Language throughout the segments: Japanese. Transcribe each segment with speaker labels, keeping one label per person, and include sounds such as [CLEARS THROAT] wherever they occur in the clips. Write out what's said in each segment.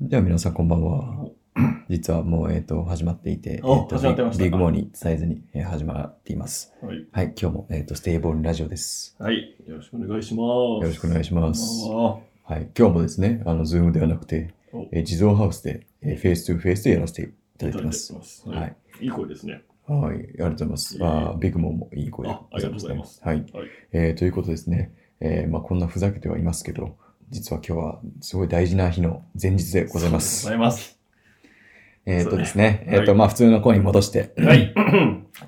Speaker 1: では皆さんこんばんは。
Speaker 2: お
Speaker 1: 実はもう、えっ、と、始まっていて、
Speaker 2: お
Speaker 1: えーと
Speaker 2: 始まってましたか
Speaker 1: ビッグモーニー伝えずに、えー始まっています。
Speaker 2: はい。
Speaker 1: はい、今日も、えっ、と、ステイボールラジオです。
Speaker 2: はい。よろしくお願いします。
Speaker 1: よ
Speaker 2: よ
Speaker 1: ろしくお願いします。
Speaker 2: ま
Speaker 1: はい、今日もですね、あの、ズームではなくて
Speaker 2: お、
Speaker 1: えー、地蔵ハウスで、えーフェイストゥフェイスでやらせていた
Speaker 2: す。
Speaker 1: だい
Speaker 2: いた
Speaker 1: て
Speaker 2: だい
Speaker 1: ま
Speaker 2: て
Speaker 1: す。
Speaker 2: ます。
Speaker 1: は
Speaker 2: はいい。いい声ですね。
Speaker 1: はい、ありがとうございます。
Speaker 2: いえいえ
Speaker 1: あービッグモーもいい声で
Speaker 2: あありがとうございます
Speaker 1: はい。
Speaker 2: はい
Speaker 1: えーということですね、えーまあ、こんなふざけてはいますけど、実は今日はすごい大事な日の前日でございま
Speaker 2: ご
Speaker 1: す。
Speaker 2: ざいます。
Speaker 1: えっ、とですね、
Speaker 2: そうね
Speaker 1: えっ、と、
Speaker 2: はい
Speaker 1: まあ、普通の子に戻して、
Speaker 2: はい。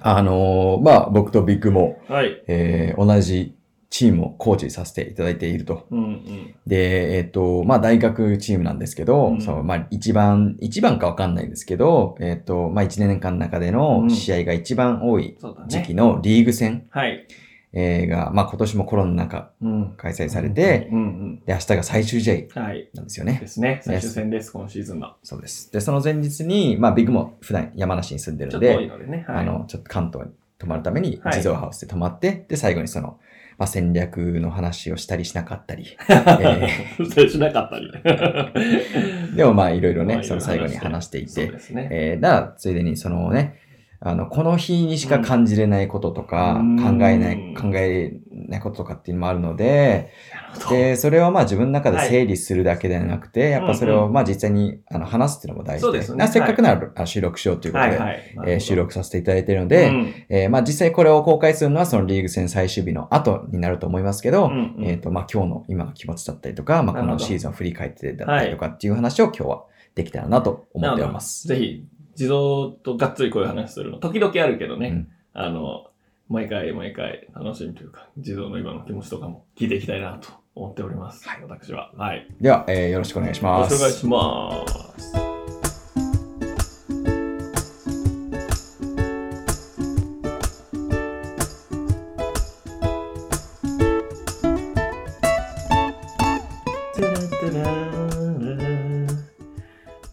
Speaker 1: あのーまあ、僕とビッグも、
Speaker 2: はい。
Speaker 1: えー同じチームをコーチさせていただいていると。
Speaker 2: うんうん。
Speaker 1: で、えっ、と、まあ、大学チームなんですけど、
Speaker 2: うん
Speaker 1: そのまあ、一番、一番かわかんないですけど、えっ、と、まあ、一年間の中での試合が一番多い
Speaker 2: そうだ
Speaker 1: 時期
Speaker 2: ね。
Speaker 1: のリーグ戦、
Speaker 2: はい。
Speaker 1: えーが、まあ、今年もコロナの中
Speaker 2: うん。
Speaker 1: 開催されて、
Speaker 2: うん
Speaker 1: で、明日が最終試合
Speaker 2: うん。はい。
Speaker 1: なん [LAUGHS] ですよね
Speaker 2: で。すね。最終戦です、今シーズンの。
Speaker 1: そうです。で、その前日に、まあ、ビッグも普段山梨に住んで
Speaker 2: ち
Speaker 1: る
Speaker 2: ょ
Speaker 1: ん
Speaker 2: っと
Speaker 1: で、
Speaker 2: 多いのでね。は
Speaker 1: あ
Speaker 2: [LAUGHS] い。
Speaker 1: の、ちょっと関東に泊まるために、
Speaker 2: はい
Speaker 1: 地蔵ハウスで泊まって、で、最後にその、まあ、戦略の話をしたりしなかった
Speaker 2: [LAUGHS]
Speaker 1: り、え
Speaker 2: そしてしなかったり。
Speaker 1: [LAUGHS] ーでもまあ、いろいろ
Speaker 2: ま
Speaker 1: ね、
Speaker 2: あ
Speaker 1: その最後に話してい
Speaker 2: そう
Speaker 1: て、
Speaker 2: ですね。
Speaker 1: えー、だから、ついでにそのね、あの、この日にしか感じれないこととか、
Speaker 2: うん
Speaker 1: 考えな
Speaker 2: うん
Speaker 1: い、考えないこととかっていうのもあるので、
Speaker 2: なるほど
Speaker 1: で、それをまあ自分の中で整理するだけではなくて、やっぱそれ
Speaker 2: うん
Speaker 1: を
Speaker 2: う
Speaker 1: まあ実際にあの話すっていうのも大
Speaker 2: そ
Speaker 1: 事
Speaker 2: う
Speaker 1: で、
Speaker 2: ですね
Speaker 1: なせっかくならあ収録しようということ
Speaker 2: は
Speaker 1: で、
Speaker 2: いはい。
Speaker 1: えー収録させていただいているの
Speaker 2: で
Speaker 1: で、、えーまあ実際これを公開するのはそのリーグ戦最終日の後になると思いますけど、
Speaker 2: うんうん
Speaker 1: えっ、と、まあ今日の今の気持ちだったりとか、まあこ
Speaker 2: なる
Speaker 1: の
Speaker 2: ほど
Speaker 1: シーズンを振り返ってだったりとかっていう話を今日はできたらなと思っております。
Speaker 2: なのでぜひ、地蔵とがっつりこういう話するの、時々あるけどね、
Speaker 1: うん
Speaker 2: あの、毎回毎回楽しみというか、地蔵の今の気持ちとかも聞いていきたいなと思っております。
Speaker 1: はい
Speaker 2: 私は。はい。
Speaker 1: では、えーよろしくお願いし
Speaker 2: ご
Speaker 1: ます。
Speaker 2: 紹介します。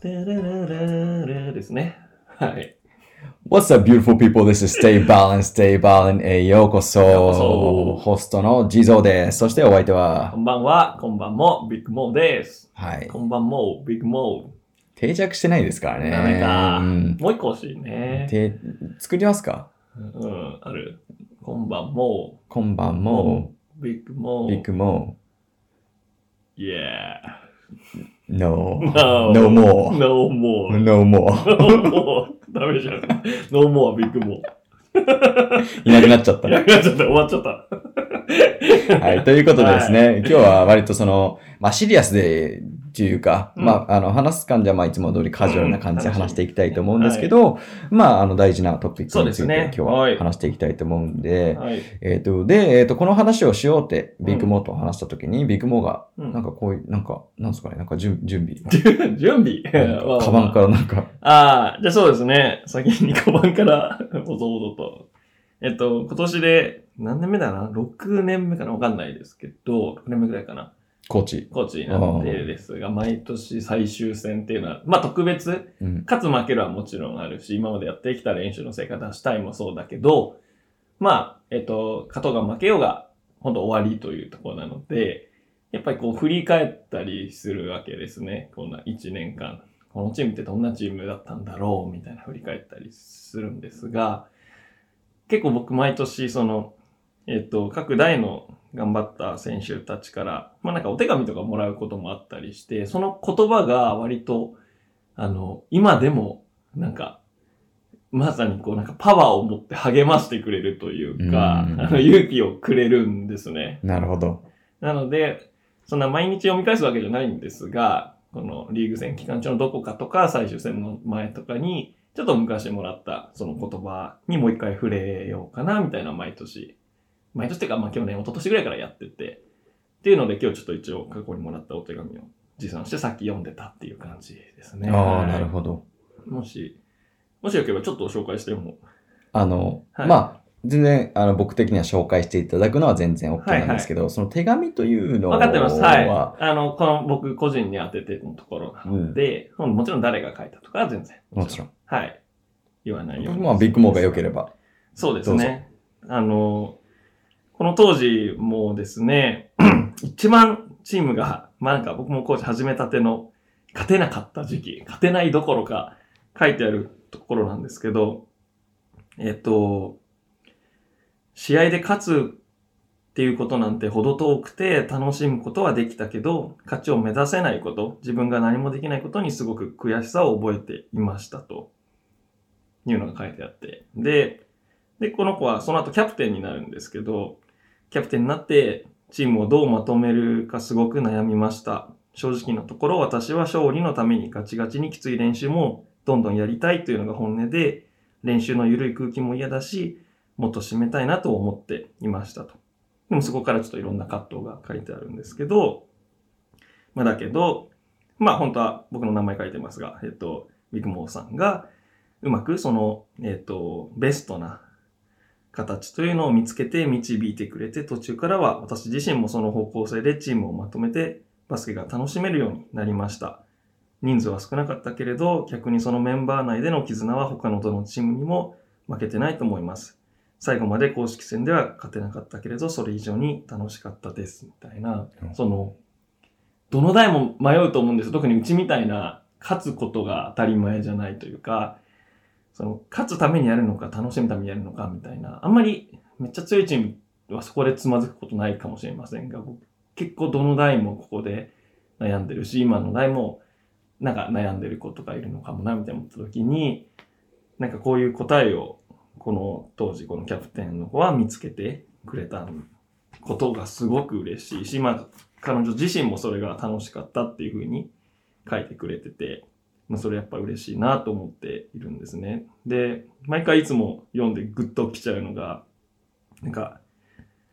Speaker 2: ですね。はい。
Speaker 1: What's up, beautiful people? This is Stay Balanced, Stay Balanced へようこそ。
Speaker 2: ようこそ
Speaker 1: ホストの地蔵です。そしてお相手
Speaker 2: こ
Speaker 1: は、
Speaker 2: んばんは、こんばんも、ビッグモーです。
Speaker 1: はい。
Speaker 2: こんばんも、ビッグモ
Speaker 1: 定着してないですからね。
Speaker 2: ダメか
Speaker 1: うん
Speaker 2: ー。もう一個欲しいね。
Speaker 1: て作りますか
Speaker 2: うん、ある。こんばんも、
Speaker 1: 今晩も、
Speaker 2: ビッグモー。
Speaker 1: ビッグも、
Speaker 2: Yeah.
Speaker 1: No,
Speaker 2: [LAUGHS] No.
Speaker 1: no more.
Speaker 2: No more.
Speaker 1: No more.
Speaker 2: No more. ダメじゃん。No more, ビッグモ
Speaker 1: [LAUGHS] いなくなっちゃった
Speaker 2: ー。い。や、ちょっと終わっちゃった。
Speaker 1: はい。ということでですね、今日は割とその、まあシリアスで、というか、
Speaker 2: うん
Speaker 1: まあ、あの、話す感じは、まあ、いつも通りカジュアルな感じで話していきたいと思うんですけど、まあ、あの、大事なトピックにつ
Speaker 2: そ
Speaker 1: いう
Speaker 2: です
Speaker 1: て
Speaker 2: ね
Speaker 1: 今日
Speaker 2: は
Speaker 1: はい話していきたいと思うんで、
Speaker 2: はい。
Speaker 1: えっ、と、で、えっ、と、この話をしようって、
Speaker 2: ん
Speaker 1: ビッグモーと話したときに、ビッグモーが、
Speaker 2: うん
Speaker 1: なんかこういう、なんか、なんですかね、なんか準準備。
Speaker 2: 準備。 [LAUGHS]
Speaker 1: カバンからなんか、
Speaker 2: ああ、じゃあそうですね。先にカバンから、 [LAUGHS] おぞおぞと。えっと、今年で、何年目だな ?6 年目かなわかんないですけど、6年目くらいかな。
Speaker 1: コーチ。
Speaker 2: コーチになってですが、毎年最終戦っていうのは、まあ特別、
Speaker 1: うん。
Speaker 2: 勝つ負けるはもちろんあるし、今までやってきた練習の成果出したいもそうだけど、まあ、えっと、勝とうが負けようが、本当終わりというところなので、やっぱりこう振り返ったりするわけですね。こんな1年間。このチームってどんなチームだったんだろうみたいな振り返ったりするんですが、結構僕毎年その、えっと、各代の頑張った選手たちから、まあなんかお手紙とかもらうこともあったりして、その言葉が割と、あの、今でも、なんか、まさにこうなんかパワーを持って励ましてくれるというか、
Speaker 1: うん
Speaker 2: あの勇気をくれるんですね。
Speaker 1: なるほど。
Speaker 2: なので、そんな毎日読み返すわけじゃないんですが、このリーグ戦期間中のどこかとか最終戦の前とかに、ちょっと昔もらったその言葉にもう一回触れようかな、みたいな毎年。毎年っていうか、まあ去年、一昨年ぐらいからやってて。っていうので今日ちょっと一応過去にもらったお手紙を持参してさっき読んでたっていう感じですね。
Speaker 1: あ
Speaker 2: は
Speaker 1: あ、
Speaker 2: い
Speaker 1: なるほど。
Speaker 2: もし、もしよければちょっと紹介しても。
Speaker 1: あの、
Speaker 2: はい
Speaker 1: まあ、全然、あの、僕的には紹介していただくのは全然 OK なんですけど、その手紙というのは、
Speaker 2: 分かってます。はい。あの、この僕個人に当ててのところなので、うんもちろん誰が書いたとかは全然。
Speaker 1: もちろん。
Speaker 2: はい。言わないように。
Speaker 1: まあ、ビッグモーが良ければ。
Speaker 2: そうですね。あの、この当時 [CLEARS THROAT] もですね、一番チームが、まあなんか僕もコーチ始めたての勝てなかった時期、勝てないどころか書いてあるところなんですけど、えっと、試合で勝つっていうことなんてほど遠くて楽しむことはできたけど、勝ちを目指せないこと、自分が何もできないことにすごく悔しさを覚えていましたというのが書いてあって。で、で、この子はその後キャプテンになるんですけど、キャプテンになってチームをどうまとめるかすごく悩みました。正直なところ私は勝利のためにガチガチにきつい練習もどんどんやりたいというのが本音で、練習の緩い空気も嫌だし、もっと締めたいなと思っていましたと。でもそこからちょっといろんな葛藤が書いてあるんですけど、まあだけど、まあ本当は僕の名前書いてますが、えっと、ビッグモーさんがうまくその、えっと、ベストな形というのを見つけて導いてくれて、途中からは私自身もその方向性でチームをまとめてバスケが楽しめるようになりました。人数は少なかったけれど、逆にそのメンバー内での絆は他のどのチームにも負けてないと思います。最後まで公式戦では勝てなかったけれど、それ以上に楽しかったです、みたいな
Speaker 1: う、ん
Speaker 2: その、どの代も迷うと思うんですよ。特にうちみたいな、勝つことが当たり前じゃないというか、その、勝つためにやるのか、楽しむためにやるのか、みたいな、あんまり、めっちゃ強いチームはそこでつまずくことないかもしれませんが、僕結構どの代もここで悩んでるし、今の代も、なんか悩んでる子とかいるのかもな、みたいな思った時に、なんかこういう答えをこの当時このキャプテンの子は見つけてくれたことがすごく嬉しいし、まあ彼女自身もそれが楽しかったっていうふうに書いてくれてて、まあそれやっぱ嬉しいなと思っているんですね。で、毎回いつも読んでグッときちゃうのが、なんか、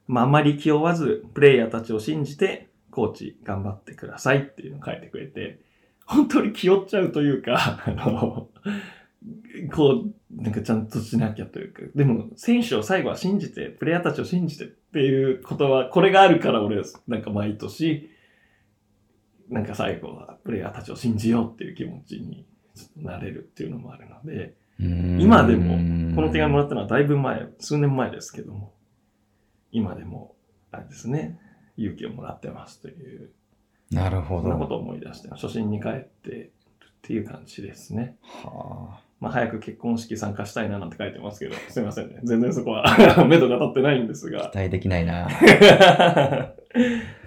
Speaker 2: まああまり気負わずプレイヤーたちを信じてコーチ頑張ってくださいっていうのを書いてくれて、本当に気負っちゃうというか、 [LAUGHS] あの、こう、なんかちゃんとしなきゃというか、でも選手を最後は信じて、プレイヤーたちを信じてっていうことは、これがあるから俺、なんか毎年、なんか最後はプレイヤーたちを信じようっていう気持ちにちょっとなれるっていうのもあるので、今でも、この手紙もらったのはだいぶ前、数年前ですけども、今でも、あれですね、勇気をもらってますという、
Speaker 1: なるほど。
Speaker 2: そんなことを思い出して、初心に帰ってるっていう感じですね。
Speaker 1: はあ。
Speaker 2: まあ、早く結婚式参加したいななんて書いてますけ
Speaker 1: [LAUGHS]
Speaker 2: ど、すいませんね。全然そこは、 [LAUGHS] 目処が立ってないんですが
Speaker 1: 期。待できないな。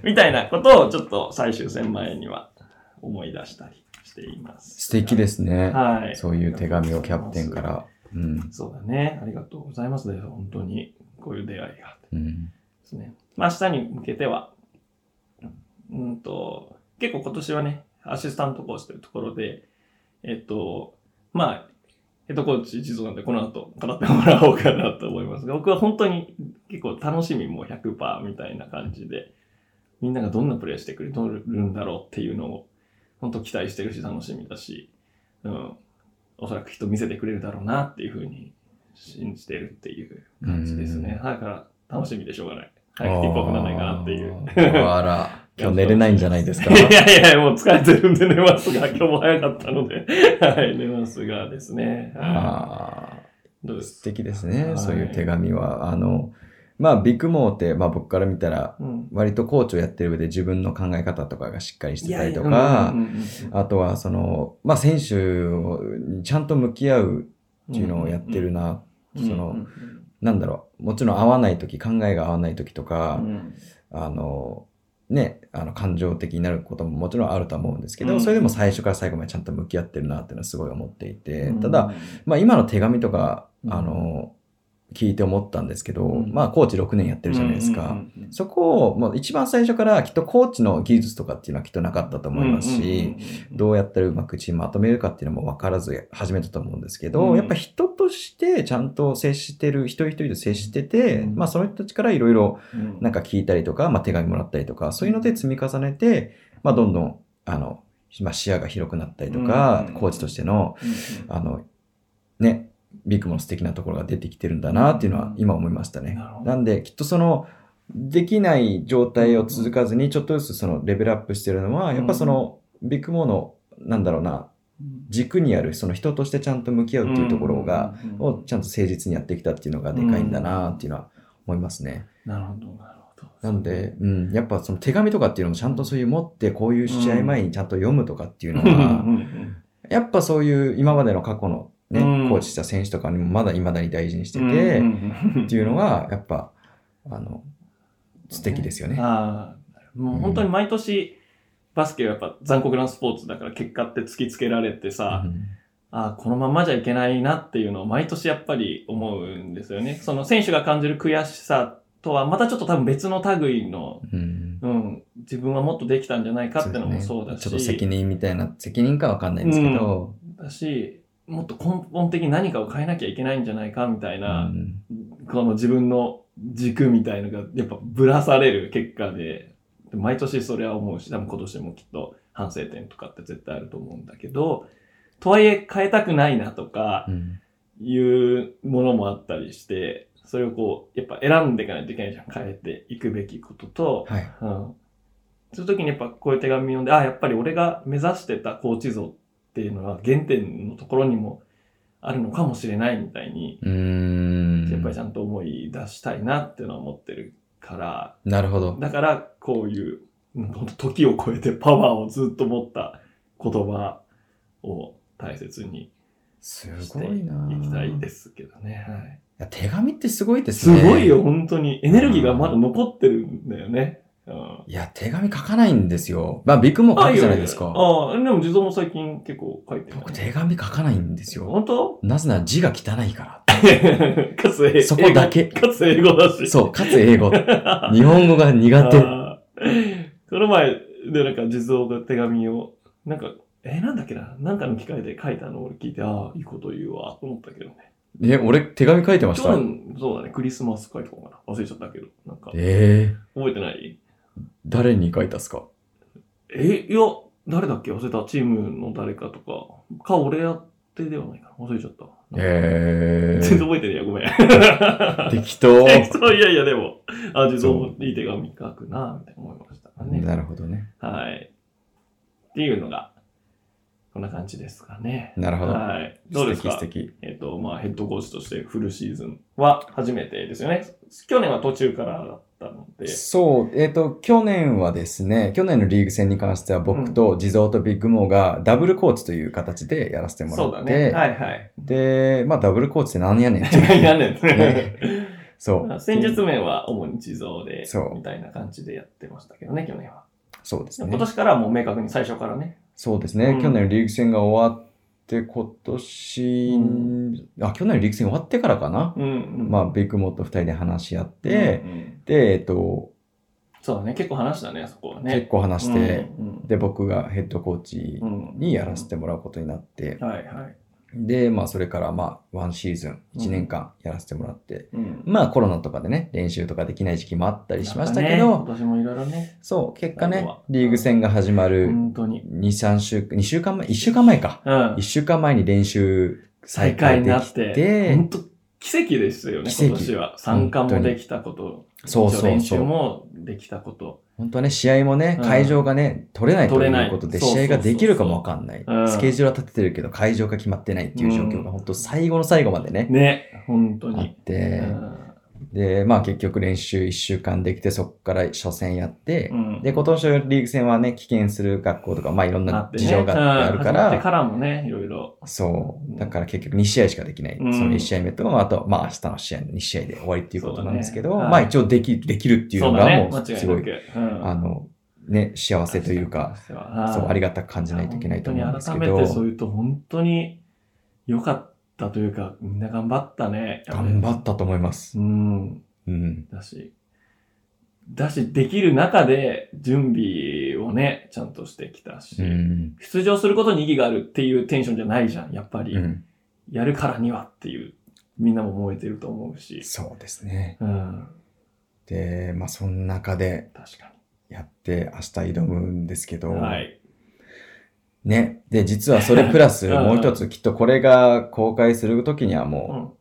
Speaker 2: みたいなことをちょっと最終戦前には思い出したりしています。。
Speaker 1: 素敵ですすね。
Speaker 2: はい。
Speaker 1: そういう手紙をキャプテンか。ら。うん。
Speaker 2: そうだね。ありがとうございますね。本当に、こういう出会いがあって
Speaker 1: うん。
Speaker 2: ですね。まあ、明日に向けては、うんと、結構今年はね、アシスタントコーチというところで、えっと、まあ、ヘッドコーチ一族なんでこの後語ってもらおうかなと思いますが、僕は本当に結構楽しみも100%みたいな感じで、みんながどんなプレーしてくれとるんだろうっていうのを、本当期待してるし楽しみだし、うん、おそらく人見せてくれるだろうなっていうふうに信じてるっていう感じですね。だから楽しみでしょうがない。早く一歩踏まないかなっていう。
Speaker 1: ああ
Speaker 2: [LAUGHS]
Speaker 1: ら、今日寝れないんじゃないですか。
Speaker 2: いやいや、もう疲れてるんで寝ますが、今日も早かったので、はい、寝ますがですね。は
Speaker 1: ああ。
Speaker 2: いどうです
Speaker 1: 素敵ですね、
Speaker 2: はい
Speaker 1: そういう手紙は。あの、まあ、ビッグモーって、まあ僕から見たら、
Speaker 2: うん。
Speaker 1: 割とコーチをやってる上で自分の考え方とかがしっかりしてたりとか、
Speaker 2: いやいやうんうん
Speaker 1: あとはその、まあ選手をちゃんと向き合うっていうのをやってるな、
Speaker 2: うんうん
Speaker 1: その
Speaker 2: うん
Speaker 1: なんだろう、もちろん合わない時、考えが合わない時と
Speaker 2: う
Speaker 1: か、
Speaker 2: ん
Speaker 1: あの、ね、あの感情的になることももちろんあるとは思うんですけど、
Speaker 2: うん
Speaker 1: それでも最初から最後までちゃんと向き合ってるなっていうのはすごい思っていて、
Speaker 2: うん
Speaker 1: ただ、、まあ、今の手紙とか、
Speaker 2: うん
Speaker 1: あの聞いて思ったんですけど、
Speaker 2: うん
Speaker 1: まあ、コーチ6年やってるじゃないですか、
Speaker 2: うんうんうんうん
Speaker 1: そこを、まあ、一番最初からきっとコーチの技術とかっていうのはきっとなかったと思いますし、
Speaker 2: うんうんうんうん
Speaker 1: どうやったらうまくチームまとめるかっていうのも分からず始めたと思うんですけど、
Speaker 2: うん
Speaker 1: やっぱ人としてちゃんと接してる一人一人と接してて、
Speaker 2: うん
Speaker 1: まあ、その人たちからいろいろ
Speaker 2: うん
Speaker 1: なんか聞いたりとか、まあ、手紙もらったりとか、そういうので積み重ねて、まあ、どんどんあの、まあ、視野が広くなったりとか、
Speaker 2: うん
Speaker 1: コーチとしての
Speaker 2: うん
Speaker 1: あの、ね、ビッグモの素敵なところが出てきてるんだなっていうのは今思いましたね。
Speaker 2: なるほど
Speaker 1: なんで、きっとその、できない状態を続かずに、ちょっとずつそのレベルアップしてるのは、
Speaker 2: うん
Speaker 1: やっぱその、ビッグモの、なんだろうな、軸にある、その人としてちゃんと向き合うっていうところが、、
Speaker 2: うんうんうん
Speaker 1: をちゃんと誠実にやってきたっていうのがでかいんだなっていうのは思いますね。
Speaker 2: なるほど、なるほ
Speaker 1: なんで、うん、やっぱその手紙とかっていうのもちゃんとそういう持って、こういう試合前にちゃんと読むとかっていうの
Speaker 2: うんうん [LAUGHS]
Speaker 1: は、
Speaker 2: うん
Speaker 1: やっぱそういう今までの過去のね、
Speaker 2: うん
Speaker 1: コーチした選手とかにもまだ未だに大事に [LAUGHS] して
Speaker 2: うん
Speaker 1: て、
Speaker 2: うん
Speaker 1: っていうのは、やっぱ、あの、素敵ですよね。
Speaker 2: ああ、もう本当に毎年、バスケはやっぱ残酷なスポーツだから結果って突きつけられてさ、ああ、このままじゃいけないなっていうのを毎年やっぱり思うんですよね。その選手が感じる悔しさとはまたちょっと多分別の類の、
Speaker 1: うんうん
Speaker 2: うん、自分はもっとできたんじゃないかってのもそうだし、
Speaker 1: ちょっと責任みたいな、責任かわかんないんですけど、
Speaker 2: だし、もっと根本的に何かを変えなきゃいけないんじゃないかみたいうな、
Speaker 1: ん
Speaker 2: この自分の軸みたいのがやっぱぶらされる結果で、毎年それは思うし、多分今年もきっと反省点とかって絶対あると思うんだけど、とはいえ変えたくないなとか
Speaker 1: う、ん
Speaker 2: いうものもあったりして、それをこう、やっぱ選んでいかないといけないじゃん。変えていくべきことと、
Speaker 1: はい。
Speaker 2: うん。そういう時にやっぱこういう手紙読んで、あ、やっぱり俺が目指してたコーチ像っていうのは原点のところにもあるのかもしれないみたいに、
Speaker 1: うーん。
Speaker 2: やっぱりちゃんと思い出したいなっていうのは思ってるから、
Speaker 1: なるほど。
Speaker 2: だからこういう、うんほんと時を超えてパワーをずっと持った言葉を大切に
Speaker 1: す
Speaker 2: して
Speaker 1: ごいない。
Speaker 2: きたいですすけどね。はい。
Speaker 1: いや手紙ってすごいです
Speaker 2: す
Speaker 1: ね。
Speaker 2: ごいよ、。本当に。エネルギーがまだ残ってるんだよね。うん
Speaker 1: いや、手紙書かないんですよ。まあ、ビッグも書くじゃないです
Speaker 2: あ
Speaker 1: か。
Speaker 2: あ、でも地蔵も最近結構書いてる、
Speaker 1: 僕、手紙書かないんですよ。
Speaker 2: 本当 [LAUGHS]
Speaker 1: なぜなら字が汚いから。
Speaker 2: かつ [LAUGHS] 英語。
Speaker 1: そこだけ
Speaker 2: かつ英語だし。
Speaker 1: そう、かつ英語。日本語が苦手。
Speaker 2: あーその前でなんか地蔵が手紙を、なんか、えーなんだっけななんかの機会で書いたのを俺聞いて、ああ、いいこと言うわ、と思ったけどね。
Speaker 1: え、俺、手紙書いてまし
Speaker 2: 去
Speaker 1: た。
Speaker 2: 年、そうだね、クリスマス書いたのかな忘れちゃったけど。なんか、
Speaker 1: ええ
Speaker 2: 覚えてない
Speaker 1: 誰に書いたっすか
Speaker 2: え、いや、誰だっけ忘れた。チームの誰かとか。か、俺やってではないかな。忘れちゃった。
Speaker 1: ええ
Speaker 2: 全然覚えてねえや、
Speaker 1: [LAUGHS]
Speaker 2: ごめん。
Speaker 1: 適当。
Speaker 2: [LAUGHS]
Speaker 1: [LAUGHS]
Speaker 2: えそういやいや、でも、あ、自動もいい手紙書くな、みたいな思いましたね。
Speaker 1: なるほどね。
Speaker 2: はい。っていうのが、こんな感じですかね。
Speaker 1: なるほど。
Speaker 2: はい。どうですか
Speaker 1: 素敵素敵。
Speaker 2: えっ、と、まあ、ヘッドコーチとしてフルシーズンは初めてですよね。去年は途中からだったので。
Speaker 1: そう、えっ、と、去年はですね、去年のリーグ戦に関しては僕と地蔵とビッグモーがダブルコーチという形でやらせてもら
Speaker 2: そうだ
Speaker 1: って、
Speaker 2: ね。はい
Speaker 1: [LAUGHS]
Speaker 2: はい。
Speaker 1: で、まあダブルコーチって何やねん
Speaker 2: [LAUGHS]
Speaker 1: っていう。
Speaker 2: 何やねん。 [LAUGHS]
Speaker 1: そう。
Speaker 2: 戦術面は主に地蔵で
Speaker 1: そう、
Speaker 2: みたいな感じでやってましたけどね、去年は。
Speaker 1: そうですね
Speaker 2: 今。年からはもう明確に最初からね。
Speaker 1: そうですね、
Speaker 2: うん
Speaker 1: 去年リーグ戦が終わって、今年、
Speaker 2: うん
Speaker 1: あ、去年リーグ戦終わってからかな。
Speaker 2: うん、うん。
Speaker 1: ま
Speaker 2: あ、
Speaker 1: あ、ビッグモーと二人で話し合って、で、えっと、
Speaker 2: そうだね、結構話したね、そこは
Speaker 1: 結
Speaker 2: ね。
Speaker 1: 構話して、、
Speaker 2: うん、
Speaker 1: で、僕がヘッドコーチ
Speaker 2: うん、
Speaker 1: にやらせてもらうことになって、
Speaker 2: はいはい。
Speaker 1: で、まあ、それから、まあ、ワンシーズン、
Speaker 2: うん
Speaker 1: 1年間やらせてもらって、
Speaker 2: うん。
Speaker 1: まあ、コロナとかでね、練習とかできない時期もあったりしましたけ
Speaker 2: なん
Speaker 1: ど、
Speaker 2: かね今年もいろいろね、
Speaker 1: そう、結果ね
Speaker 2: 最後は、
Speaker 1: リーグ戦が始まる
Speaker 2: 本当に。
Speaker 1: 2、3週、2週間前、1週間前か。 [LAUGHS]
Speaker 2: うん
Speaker 1: 1。週間前に練習再
Speaker 2: 再開
Speaker 1: 開
Speaker 2: に
Speaker 1: で
Speaker 2: な
Speaker 1: き
Speaker 2: って、
Speaker 1: て
Speaker 2: 本、当奇跡ですよね、
Speaker 1: 奇跡
Speaker 2: 今年は。参加もできたこと、
Speaker 1: そう
Speaker 2: 一応
Speaker 1: そう
Speaker 2: 練習
Speaker 1: そう。
Speaker 2: もできたこと。
Speaker 1: 本当はね、試合もね、
Speaker 2: うん
Speaker 1: 会場がね、取れないとい
Speaker 2: 取れないう
Speaker 1: ことで、
Speaker 2: そうそう
Speaker 1: 試
Speaker 2: そう
Speaker 1: 合ができるかもわかんな
Speaker 2: うん
Speaker 1: い。スケジュールは立ててるけど、会場が決まってないっていう状況
Speaker 2: う
Speaker 1: が、
Speaker 2: ん
Speaker 1: 本当最後の最後までね、
Speaker 2: ね、本当
Speaker 1: あっ
Speaker 2: に。
Speaker 1: て、で、まあ結局練習1週間できて、そこから初戦やって
Speaker 2: う、ん
Speaker 1: で、今年のリーグ戦はね、棄権する学校とか、まあいろん
Speaker 2: あ
Speaker 1: な
Speaker 2: ってね
Speaker 1: 事情があるか、
Speaker 2: うん始まってかららもね、いろいろ。
Speaker 1: そう。だから結局2試合しかできない。そ
Speaker 2: うん
Speaker 1: の1試合目と、あと、まあ明日の試合の2試合で終わりっていうことなんですけど、
Speaker 2: そうだね
Speaker 1: まあ一応でき、できるっていう
Speaker 2: そ
Speaker 1: の
Speaker 2: うだ
Speaker 1: が
Speaker 2: ね、
Speaker 1: も
Speaker 2: 間
Speaker 1: う、
Speaker 2: 違
Speaker 1: す
Speaker 2: い
Speaker 1: ご、
Speaker 2: ないく。うん
Speaker 1: あの、ね、幸せというか、
Speaker 2: そう
Speaker 1: そう、あり
Speaker 2: が
Speaker 1: がたく感じないといけないと思うんですけ
Speaker 2: 本当に改めてそう
Speaker 1: ど、
Speaker 2: 言うと、本当に良かったというか、みんな頑張ったね。
Speaker 1: 頑張ったと思います。
Speaker 2: うん。
Speaker 1: うん。
Speaker 2: だし、だし、できる中で準備をね、ちゃんとしてきたし、
Speaker 1: うん。
Speaker 2: 出場することに意義があるっていうテンションじゃないじゃん、やっぱり。
Speaker 1: うん。
Speaker 2: やるからにはっていう、みんなも燃えてると思うし。
Speaker 1: そうですね。
Speaker 2: うん、
Speaker 1: で、まあその中で
Speaker 2: 確か
Speaker 1: やって明日挑むんですけど、
Speaker 2: に。はい。
Speaker 1: ね。で、実はそれプラス、
Speaker 2: [LAUGHS] うん
Speaker 1: もう一つ、きっとこれが公開するときにはも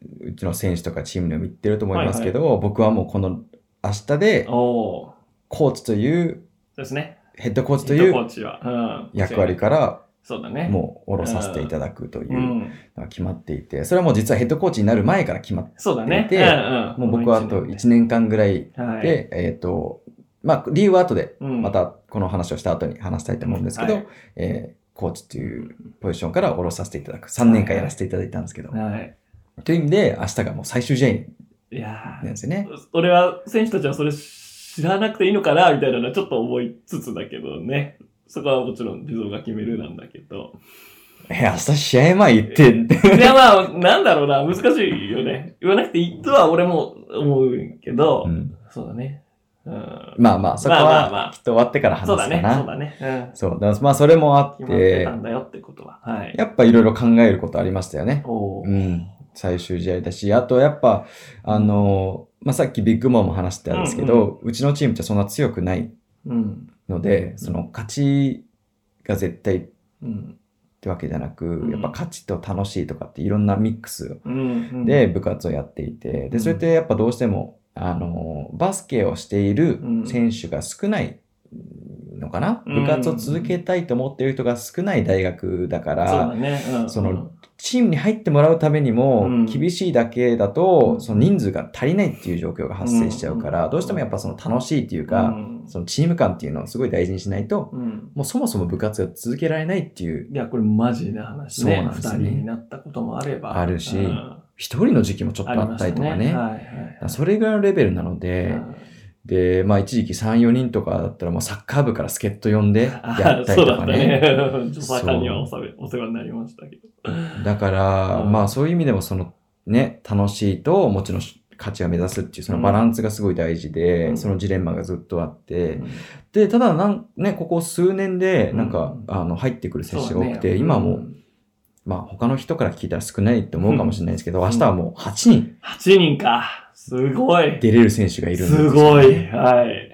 Speaker 1: う、
Speaker 2: うん。
Speaker 1: うちの選手とかチームでも言ってると思いますけど、僕はもうこの明日で
Speaker 2: おー
Speaker 1: コーチという、
Speaker 2: そうですね。
Speaker 1: ヘッドコーチと
Speaker 2: ヘ
Speaker 1: い
Speaker 2: ッドコ
Speaker 1: う
Speaker 2: ーチは。うん
Speaker 1: 役割から
Speaker 2: そうだね。。
Speaker 1: もう降ろさせていただくといううんのが決まっていて、それはもう実はヘッドコーチになる前から決まって、
Speaker 2: そうだね。
Speaker 1: で
Speaker 2: うん
Speaker 1: もう僕はあと1年間ぐらい
Speaker 2: はい、
Speaker 1: で、えっと、まあ、理由は後で、
Speaker 2: うん、
Speaker 1: またこの話をした後に話したいと思うんですけど、
Speaker 2: はい
Speaker 1: えーコーチというポジションから降ろさせていただく。3年間やらせていただいたんですけど、
Speaker 2: はい。
Speaker 1: という意味で、明日がもう最終試合に
Speaker 2: いや
Speaker 1: なん
Speaker 2: ー
Speaker 1: ですよね。
Speaker 2: 俺は選手たちはそれ知らなくていいのかなみたいなのはちょっと思いつつだけどね。そこはもちろん地蔵が決めるなんだけ
Speaker 1: [LAUGHS]
Speaker 2: ど。
Speaker 1: え、明日試合前行って、
Speaker 2: いやまあ、なんだろうな、難しいよね。言わなくていいとは俺も思うけど、
Speaker 1: うん
Speaker 2: そうだね。うん。
Speaker 1: まあまあ、そこ
Speaker 2: まあまあま
Speaker 1: は
Speaker 2: あ
Speaker 1: きっと終わってから話す
Speaker 2: そう
Speaker 1: か
Speaker 2: だね、そ
Speaker 1: な。
Speaker 2: うだね。うん。
Speaker 1: そう、だからまあそれもあっ
Speaker 2: 決まって
Speaker 1: て
Speaker 2: た、んだよってことは。はい。
Speaker 1: やっぱいろいろ考えることありましたよね。
Speaker 2: おー
Speaker 1: うん。最終試合だし、あとやっぱ、あの、まあさっきビッグモーも話してたんですけど、うちのチームってそんな強くない
Speaker 2: うん。
Speaker 1: の
Speaker 2: う
Speaker 1: で、
Speaker 2: ん
Speaker 1: その勝ちが絶対っ
Speaker 2: うん。
Speaker 1: てわけじゃなく、
Speaker 2: ん
Speaker 1: やっぱ勝ちと楽しいとかっていろんなミックス
Speaker 2: うん。
Speaker 1: で、部活をやっていて、
Speaker 2: う
Speaker 1: で、
Speaker 2: ん
Speaker 1: それってやっぱどうしても、あの、バスケをしている
Speaker 2: うん
Speaker 1: 選手が少ないのかな、
Speaker 2: うん
Speaker 1: 部活を続けたいと思っている人が少ない大学だか
Speaker 2: そう
Speaker 1: ら、
Speaker 2: だね。うん。
Speaker 1: その、チームに入ってもらうためにも
Speaker 2: うん、
Speaker 1: 厳しいだけだと、
Speaker 2: うん
Speaker 1: その人数が足りないっていう状況が発生しちゃうから、
Speaker 2: うん
Speaker 1: どうしてもやっぱその楽しいっていう
Speaker 2: う
Speaker 1: か、
Speaker 2: ん
Speaker 1: そのチーム感っていうのをすごい大事にしないと、
Speaker 2: うん。
Speaker 1: もうそもそも部活を続けられないっていう、
Speaker 2: いや、これマジな話
Speaker 1: そう
Speaker 2: ね。
Speaker 1: なんで
Speaker 2: 二、
Speaker 1: す
Speaker 2: 人
Speaker 1: ね
Speaker 2: になったこともあれば。
Speaker 1: あるし
Speaker 2: うん
Speaker 1: 一人の時期もちょっとあったりとかね。
Speaker 2: ありましたはいはい。
Speaker 1: それぐらいのレベルなので、
Speaker 2: うん
Speaker 1: で、まあ一時期3、4人とかだったらもうサッカー部から助っ人呼んでや
Speaker 2: あ
Speaker 1: った
Speaker 2: そ
Speaker 1: り
Speaker 2: うだ
Speaker 1: と
Speaker 2: っ
Speaker 1: か
Speaker 2: た
Speaker 1: ね。
Speaker 2: ね。 [LAUGHS] ちょっと坂にはお世話お世話になりましたけど。
Speaker 1: だから、
Speaker 2: うん
Speaker 1: まあそういう意味でもそのね、楽しいともちろん勝ちを目指すっていうそのバランスがすごい大事で、
Speaker 2: うん
Speaker 1: そのジレンマがずっとあって、
Speaker 2: うん
Speaker 1: で、ただなん、ね、ここ数年でなんか、
Speaker 2: うん
Speaker 1: あの入ってくる選手
Speaker 2: そう
Speaker 1: が
Speaker 2: だ
Speaker 1: 多
Speaker 2: ね
Speaker 1: くて、今はもう、
Speaker 2: ん
Speaker 1: まあ他の人から聞いたら少ないと思うかもしれないですけど、明日はもう8人
Speaker 2: 8人か。すごい。
Speaker 1: 出れる選手がいるんです
Speaker 2: す
Speaker 1: よ、
Speaker 2: ごい。。はい。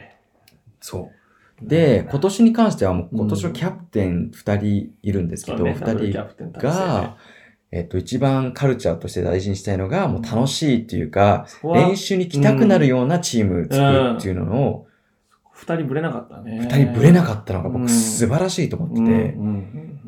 Speaker 1: そう。で、今年に関してはもう
Speaker 2: うん
Speaker 1: 今年のキャプテン2人いるんですけ
Speaker 2: そう
Speaker 1: ど、
Speaker 2: ね、ダブ
Speaker 1: 2
Speaker 2: ルキ
Speaker 1: 人
Speaker 2: ャプテン達成ね
Speaker 1: が、、えっと、一番カルチャーとして大事にしたいのが、もう楽しいっていうか、
Speaker 2: そこは
Speaker 1: 練習に来たくなるようなチーム作るっていうのを、
Speaker 2: 二人ぶれなかったね。
Speaker 1: 二人ブレなか
Speaker 2: っ
Speaker 1: ったのが
Speaker 2: う
Speaker 1: 僕
Speaker 2: ん
Speaker 1: 素晴らしいと思ってて、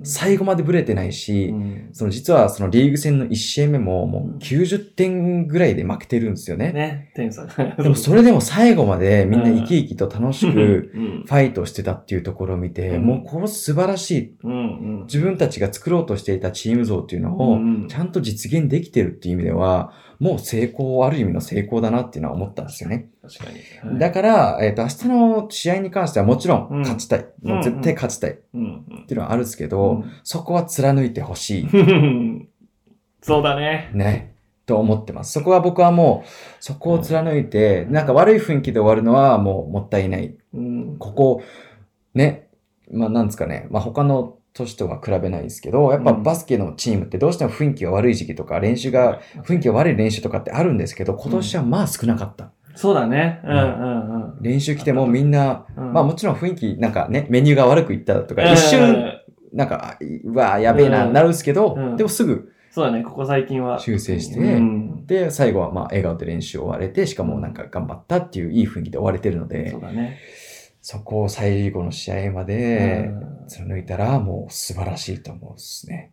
Speaker 1: 最後までブレてないし、その実はそのリーグ戦の1試合目ももう90点ぐらいで負けてるんですよね。
Speaker 2: ね、天才が。
Speaker 1: でもそれでも最後までみんな生き生きと楽しく
Speaker 2: う
Speaker 1: フ
Speaker 2: ん
Speaker 1: ァイトしてたっていうところを見て、
Speaker 2: うん
Speaker 1: もうこれ素晴らしい。
Speaker 2: うん
Speaker 1: 自分たちが作ろうとしていたチーム像っていうのを、
Speaker 2: うん
Speaker 1: ちゃんと実現できてるっていう意味では、もう成功、ある意味の成功だなっていうのは思ったんですよね。
Speaker 2: 確かに。
Speaker 1: だから、えっ、と、明日の試合に関してはもちろん
Speaker 2: うん
Speaker 1: 勝ちたい。もう絶対勝ちたいっ
Speaker 2: うんうん
Speaker 1: ていうのはあるんですけど、そこは貫いてほしい。
Speaker 2: うん。そうだね。
Speaker 1: ね。と思ってます。そこは僕はもう、そこを貫いて、なんか悪い雰囲気で終わるのはもうもったいない。
Speaker 2: うん
Speaker 1: ここ、ね。まあなんですかね。まあ他の年とは比べないですけど、やっぱ
Speaker 2: うん
Speaker 1: バスケのチームってどうしても雰囲気が悪い時期とか、練習が、雰囲気が悪い練習とかってあるんですけど、今年はまあ少なかった。
Speaker 2: そうだね。うん
Speaker 1: う
Speaker 2: うん
Speaker 1: 練習来てもみんな、
Speaker 2: うん。
Speaker 1: まあもちろん雰囲気、なんかね、メニューが悪くいったとか、
Speaker 2: うん
Speaker 1: 一瞬、、なんか、あいうわあやべえな、
Speaker 2: うん
Speaker 1: なるんですけど、
Speaker 2: うん
Speaker 1: でもすぐ
Speaker 2: そうだね、ここ最近は。
Speaker 1: 修正して、
Speaker 2: うん
Speaker 1: で、最後はまあ笑顔で練習を終われて、しかもなんか頑張ったっていういい雰囲気で終われてるので、
Speaker 2: そうだね。
Speaker 1: そこを最後の試合ま
Speaker 2: う
Speaker 1: で
Speaker 2: ん
Speaker 1: 貫いたら、もう素晴らしいと思うですね、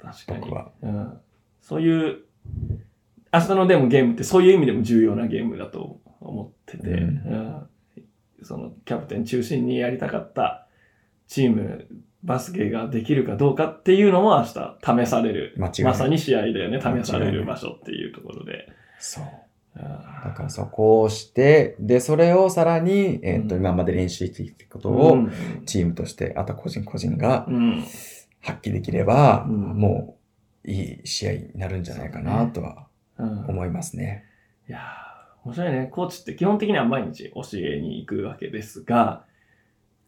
Speaker 2: 確かに
Speaker 1: 僕。は。
Speaker 2: うんそういう、明日のでもゲームってそういう意味でも重要なゲームだと思ってて、
Speaker 1: うん
Speaker 2: うんそのキャプテン中心にやりたかったチーム、バスケができるかどうかっていうのも明日試される。
Speaker 1: 間違いな
Speaker 2: ま
Speaker 1: い。
Speaker 2: さに試合だよね、
Speaker 1: 間違いない
Speaker 2: 試される場所っていうところで。
Speaker 1: そう。
Speaker 2: うん
Speaker 1: だからそこをして、で、それをさらに、えっ、と、
Speaker 2: うん
Speaker 1: 今まで練習してきたことを、
Speaker 2: うん
Speaker 1: チームとして、あと個人個人が
Speaker 2: うん
Speaker 1: 発揮できれば、
Speaker 2: うん
Speaker 1: もういい試合になるんじゃないかなとは
Speaker 2: うん
Speaker 1: 思いますね。
Speaker 2: いやー、面白いね。コーチって基本的には毎日教えに行くわけですが、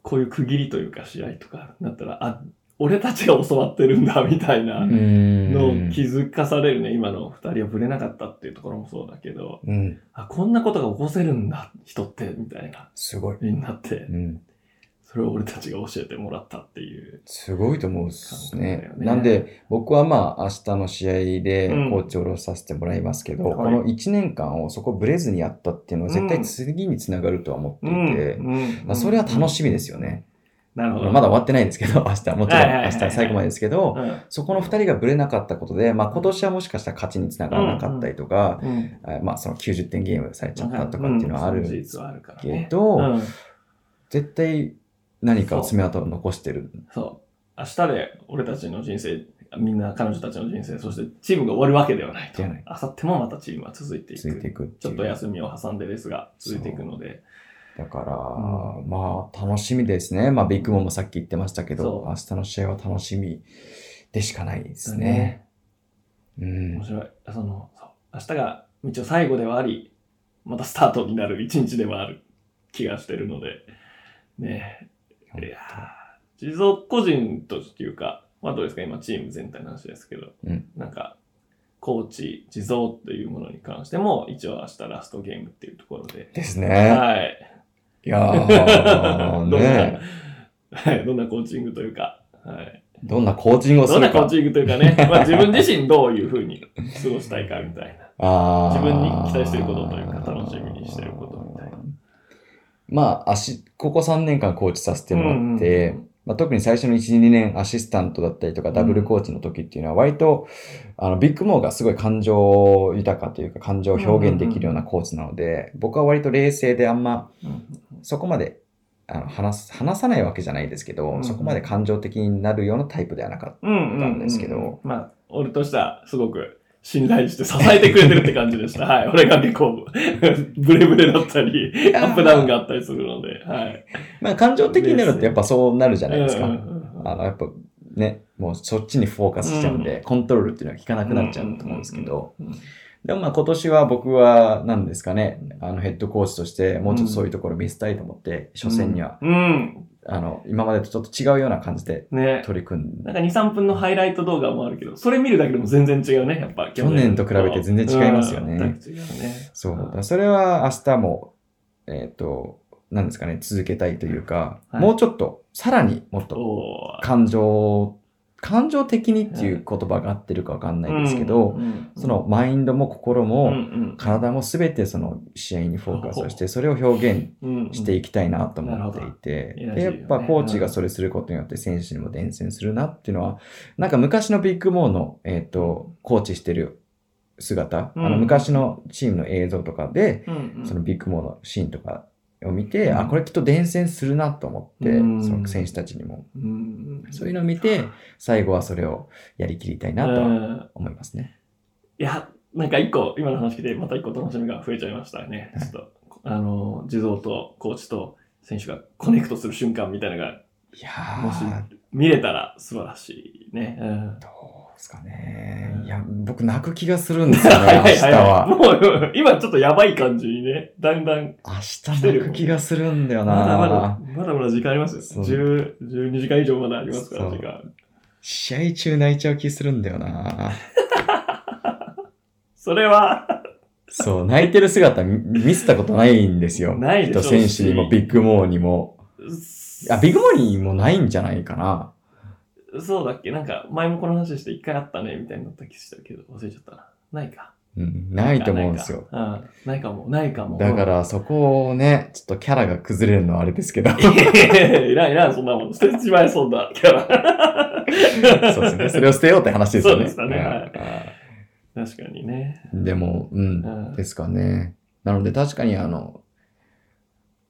Speaker 2: こういう区切りというか試合とかなったら、あ、俺たちが教わってるんだみたいな
Speaker 1: うーん
Speaker 2: のを気づかされるね。今の二人はぶれなかったっていうところもそうだけど、
Speaker 1: うん、
Speaker 2: あ、こんなことが起こせるんだ、人って、みたいな、
Speaker 1: すごい。
Speaker 2: になって
Speaker 1: う、ん、
Speaker 2: それを俺たちが教えてもらったっていう。
Speaker 1: すごいと思うっす
Speaker 2: 感
Speaker 1: ね
Speaker 2: 覚だよ。ね
Speaker 1: なんで、僕はまあ、明日の試合で
Speaker 2: うん
Speaker 1: コーチを下ろさせてもらいますけど、
Speaker 2: はい
Speaker 1: この1年間をそこブレずにやったっていうのは絶対次につながるとは思っていて、
Speaker 2: うん
Speaker 1: まあ、それは楽しみですよね。
Speaker 2: なるほど。
Speaker 1: まだ終わってないんですけど、明日、もちろ
Speaker 2: はい
Speaker 1: ん
Speaker 2: はいはい
Speaker 1: 明
Speaker 2: はい
Speaker 1: 日最後までですけど、
Speaker 2: うん
Speaker 1: そこの二人がブレなかったことで、まあ今年はもしかしたら勝ちにつながらなかったりとか、
Speaker 2: うん。
Speaker 1: あまあその90点ゲームされちゃったとかっていうのはあ
Speaker 2: うんそ
Speaker 1: る
Speaker 2: 実はあるから
Speaker 1: け
Speaker 2: ね。
Speaker 1: ど、
Speaker 2: うん
Speaker 1: 絶対何かを爪痕を残してる。
Speaker 2: そう。明日で俺たちの人生、みんな彼女たちの人生、そしてチームが終わるわけではないと。
Speaker 1: じゃ
Speaker 2: 明
Speaker 1: ない
Speaker 2: 後日もまたチームは続いていく。
Speaker 1: 続いていくって
Speaker 2: ち
Speaker 1: い
Speaker 2: ょ
Speaker 1: う
Speaker 2: っと休みを挟んでですが、続いていくので。
Speaker 1: だから、まあ、楽しみですね。まあ、ビッグモンもさっき言ってましたけ
Speaker 2: そ
Speaker 1: ど
Speaker 2: う、
Speaker 1: 明日の試合は楽しみでしかないです
Speaker 2: だ
Speaker 1: ね。。うん
Speaker 2: 面。白い。その、そう明日が一応最後ではあり、またスタートになる一日でもある気がしてるので、ね
Speaker 1: 本
Speaker 2: え。
Speaker 1: 当
Speaker 2: いやー地蔵個人としていうか、まあどうですか、今チーム全体の話ですけど、
Speaker 1: うん
Speaker 2: なんか、コーチ、地蔵というものに関しても、一応明日ラストゲームっていうところで、
Speaker 1: ですね。
Speaker 2: はい。
Speaker 1: いや
Speaker 2: [LAUGHS] ど [LAUGHS]
Speaker 1: ー、
Speaker 2: んな、
Speaker 1: ね
Speaker 2: はい、どんなコーチングというか、はい。
Speaker 1: どんなコーチングをす
Speaker 2: どん
Speaker 1: る
Speaker 2: なコー
Speaker 1: か。
Speaker 2: チングというかね、まあ自分自身どういうふうに過ごしたいかみたいな。
Speaker 1: あー
Speaker 2: 自分に期待してることというか楽しみにしてることみたいな。
Speaker 1: まあ、足、ここ3年間コーチさせてもらっ
Speaker 2: う
Speaker 1: て
Speaker 2: んうんうん、
Speaker 1: まあ、特に最初の1、2年アシスタントだったりとかダブルコーチの時っていうのは割と、あの、ビッグモーがすごい感情豊かというか感情を表現できるようなコーチなので、僕は割と冷静であんまそこまであの話す話さないわけじゃないですけど、
Speaker 2: うん
Speaker 1: そこまで感情的になるようなタイプではなかっ
Speaker 2: うんうん。
Speaker 1: なんですけど。
Speaker 2: まあ、俺としてはすごく信頼して支えてくれてるって感じ
Speaker 1: [LAUGHS]
Speaker 2: でした。はい。俺が結構 [LAUGHS] ブレブレだったり、
Speaker 1: た。
Speaker 2: アップダウンがあったりするので、はい。
Speaker 1: まあ感情的になるとやっぱそうなるじゃないですか。
Speaker 2: うんうんうん
Speaker 1: あの、やっぱね、もうそっちにフォーカスしちゃうんで、コントロールっていうのは効かなくなっちゃうと思うんですけど、
Speaker 2: うんうんうん
Speaker 1: でもまあ今年は僕は何ですかね、あのヘッドコーチとしてもうちょっとそういうところ見せたいと思って、初戦には、
Speaker 2: うん。
Speaker 1: あの、今までとちょっと違うような感じで
Speaker 2: ね。
Speaker 1: 取り組ん
Speaker 2: な
Speaker 1: で、
Speaker 2: んか2、3分のハイライト動画もあるけど、それ見るだけでも全然違うね、やっぱ。
Speaker 1: 去年と比べて全然違いますよね
Speaker 2: うん全く違うね。
Speaker 1: そう、だからそれは明日も、えっ、と、何ですかね、続けたいというか、
Speaker 2: はい
Speaker 1: もうちょっと、さらにもっと
Speaker 2: おー
Speaker 1: 感情、感情的にっていう言葉が合ってるかわかんないですけど、
Speaker 2: うんうん
Speaker 1: そのマインドも心
Speaker 2: う
Speaker 1: も、
Speaker 2: ん
Speaker 1: 体も全てその試合にフォーカスをして、それを表現
Speaker 2: うんうん
Speaker 1: していきたいなと思っていて、
Speaker 2: うんな
Speaker 1: で、や
Speaker 2: るほ
Speaker 1: っ
Speaker 2: ど
Speaker 1: ぱコーチがそれすることによって選手にも伝染するなっていうのは、なんか昔のビッグモーの、えっ、と、コーチしてる姿、
Speaker 2: うん
Speaker 1: あの昔のチームの映像とかで、
Speaker 2: うんうん
Speaker 1: そのビッグモーのシーンとかを見て、
Speaker 2: うん
Speaker 1: あ、これきっと伝染するなと思って、
Speaker 2: うん
Speaker 1: その選手たちにも。
Speaker 2: うん
Speaker 1: そういうのを見て、最後はそれをやりきりたいなと
Speaker 2: う
Speaker 1: は
Speaker 2: ん
Speaker 1: 思いますね。
Speaker 2: いや、なんか一個、今の話聞いて、また一個楽しみが増えちゃいましたね。ちょっと、あの、地蔵とコーチと選手がコネクトする瞬間みたいなのが
Speaker 1: いや
Speaker 2: もし
Speaker 1: ー、
Speaker 2: 見れたら素晴らしいね。うん
Speaker 1: どうですかね。いや、僕泣く気がするんです
Speaker 2: [LAUGHS]
Speaker 1: よね、明日
Speaker 2: も
Speaker 1: は。
Speaker 2: う、今ちょっとやばい感じにね、だんだん、
Speaker 1: 明日泣く気がするんだよ
Speaker 2: まだ
Speaker 1: な
Speaker 2: まだ。、まだまだ時間ありますよ。
Speaker 1: そう
Speaker 2: 10 12時間以上まだありますから、
Speaker 1: そう
Speaker 2: 時間。
Speaker 1: 試合中泣いちゃう気するんだよな。
Speaker 2: それは、
Speaker 1: そう、泣いてる姿見見せたことないんですよ。
Speaker 2: ないでし
Speaker 1: き
Speaker 2: ょ
Speaker 1: っと選手にもビッグモーにも。あ、ビッグモーにもないんじゃないかな。
Speaker 2: そうだっけなんか、前もこの話して一回あったね、みたいになった気したけど、忘れちゃったな。ないか。
Speaker 1: うん、ないと思うんですよ。
Speaker 2: ないか。うんないかも、ないかも。
Speaker 1: だからそこをね、ちょっとキャラが崩れるのはあれです
Speaker 2: [LAUGHS]
Speaker 1: けど。
Speaker 2: うん。いらん、いらん、そんなもん。捨てちまえ、そんなキャラ。
Speaker 1: そうですね。それを捨てようって話ですよね。
Speaker 2: そうでしたねはい
Speaker 1: あ
Speaker 2: 確かにね。
Speaker 1: ーでも、う、
Speaker 2: うんん。
Speaker 1: ですかね。なので確かにあの、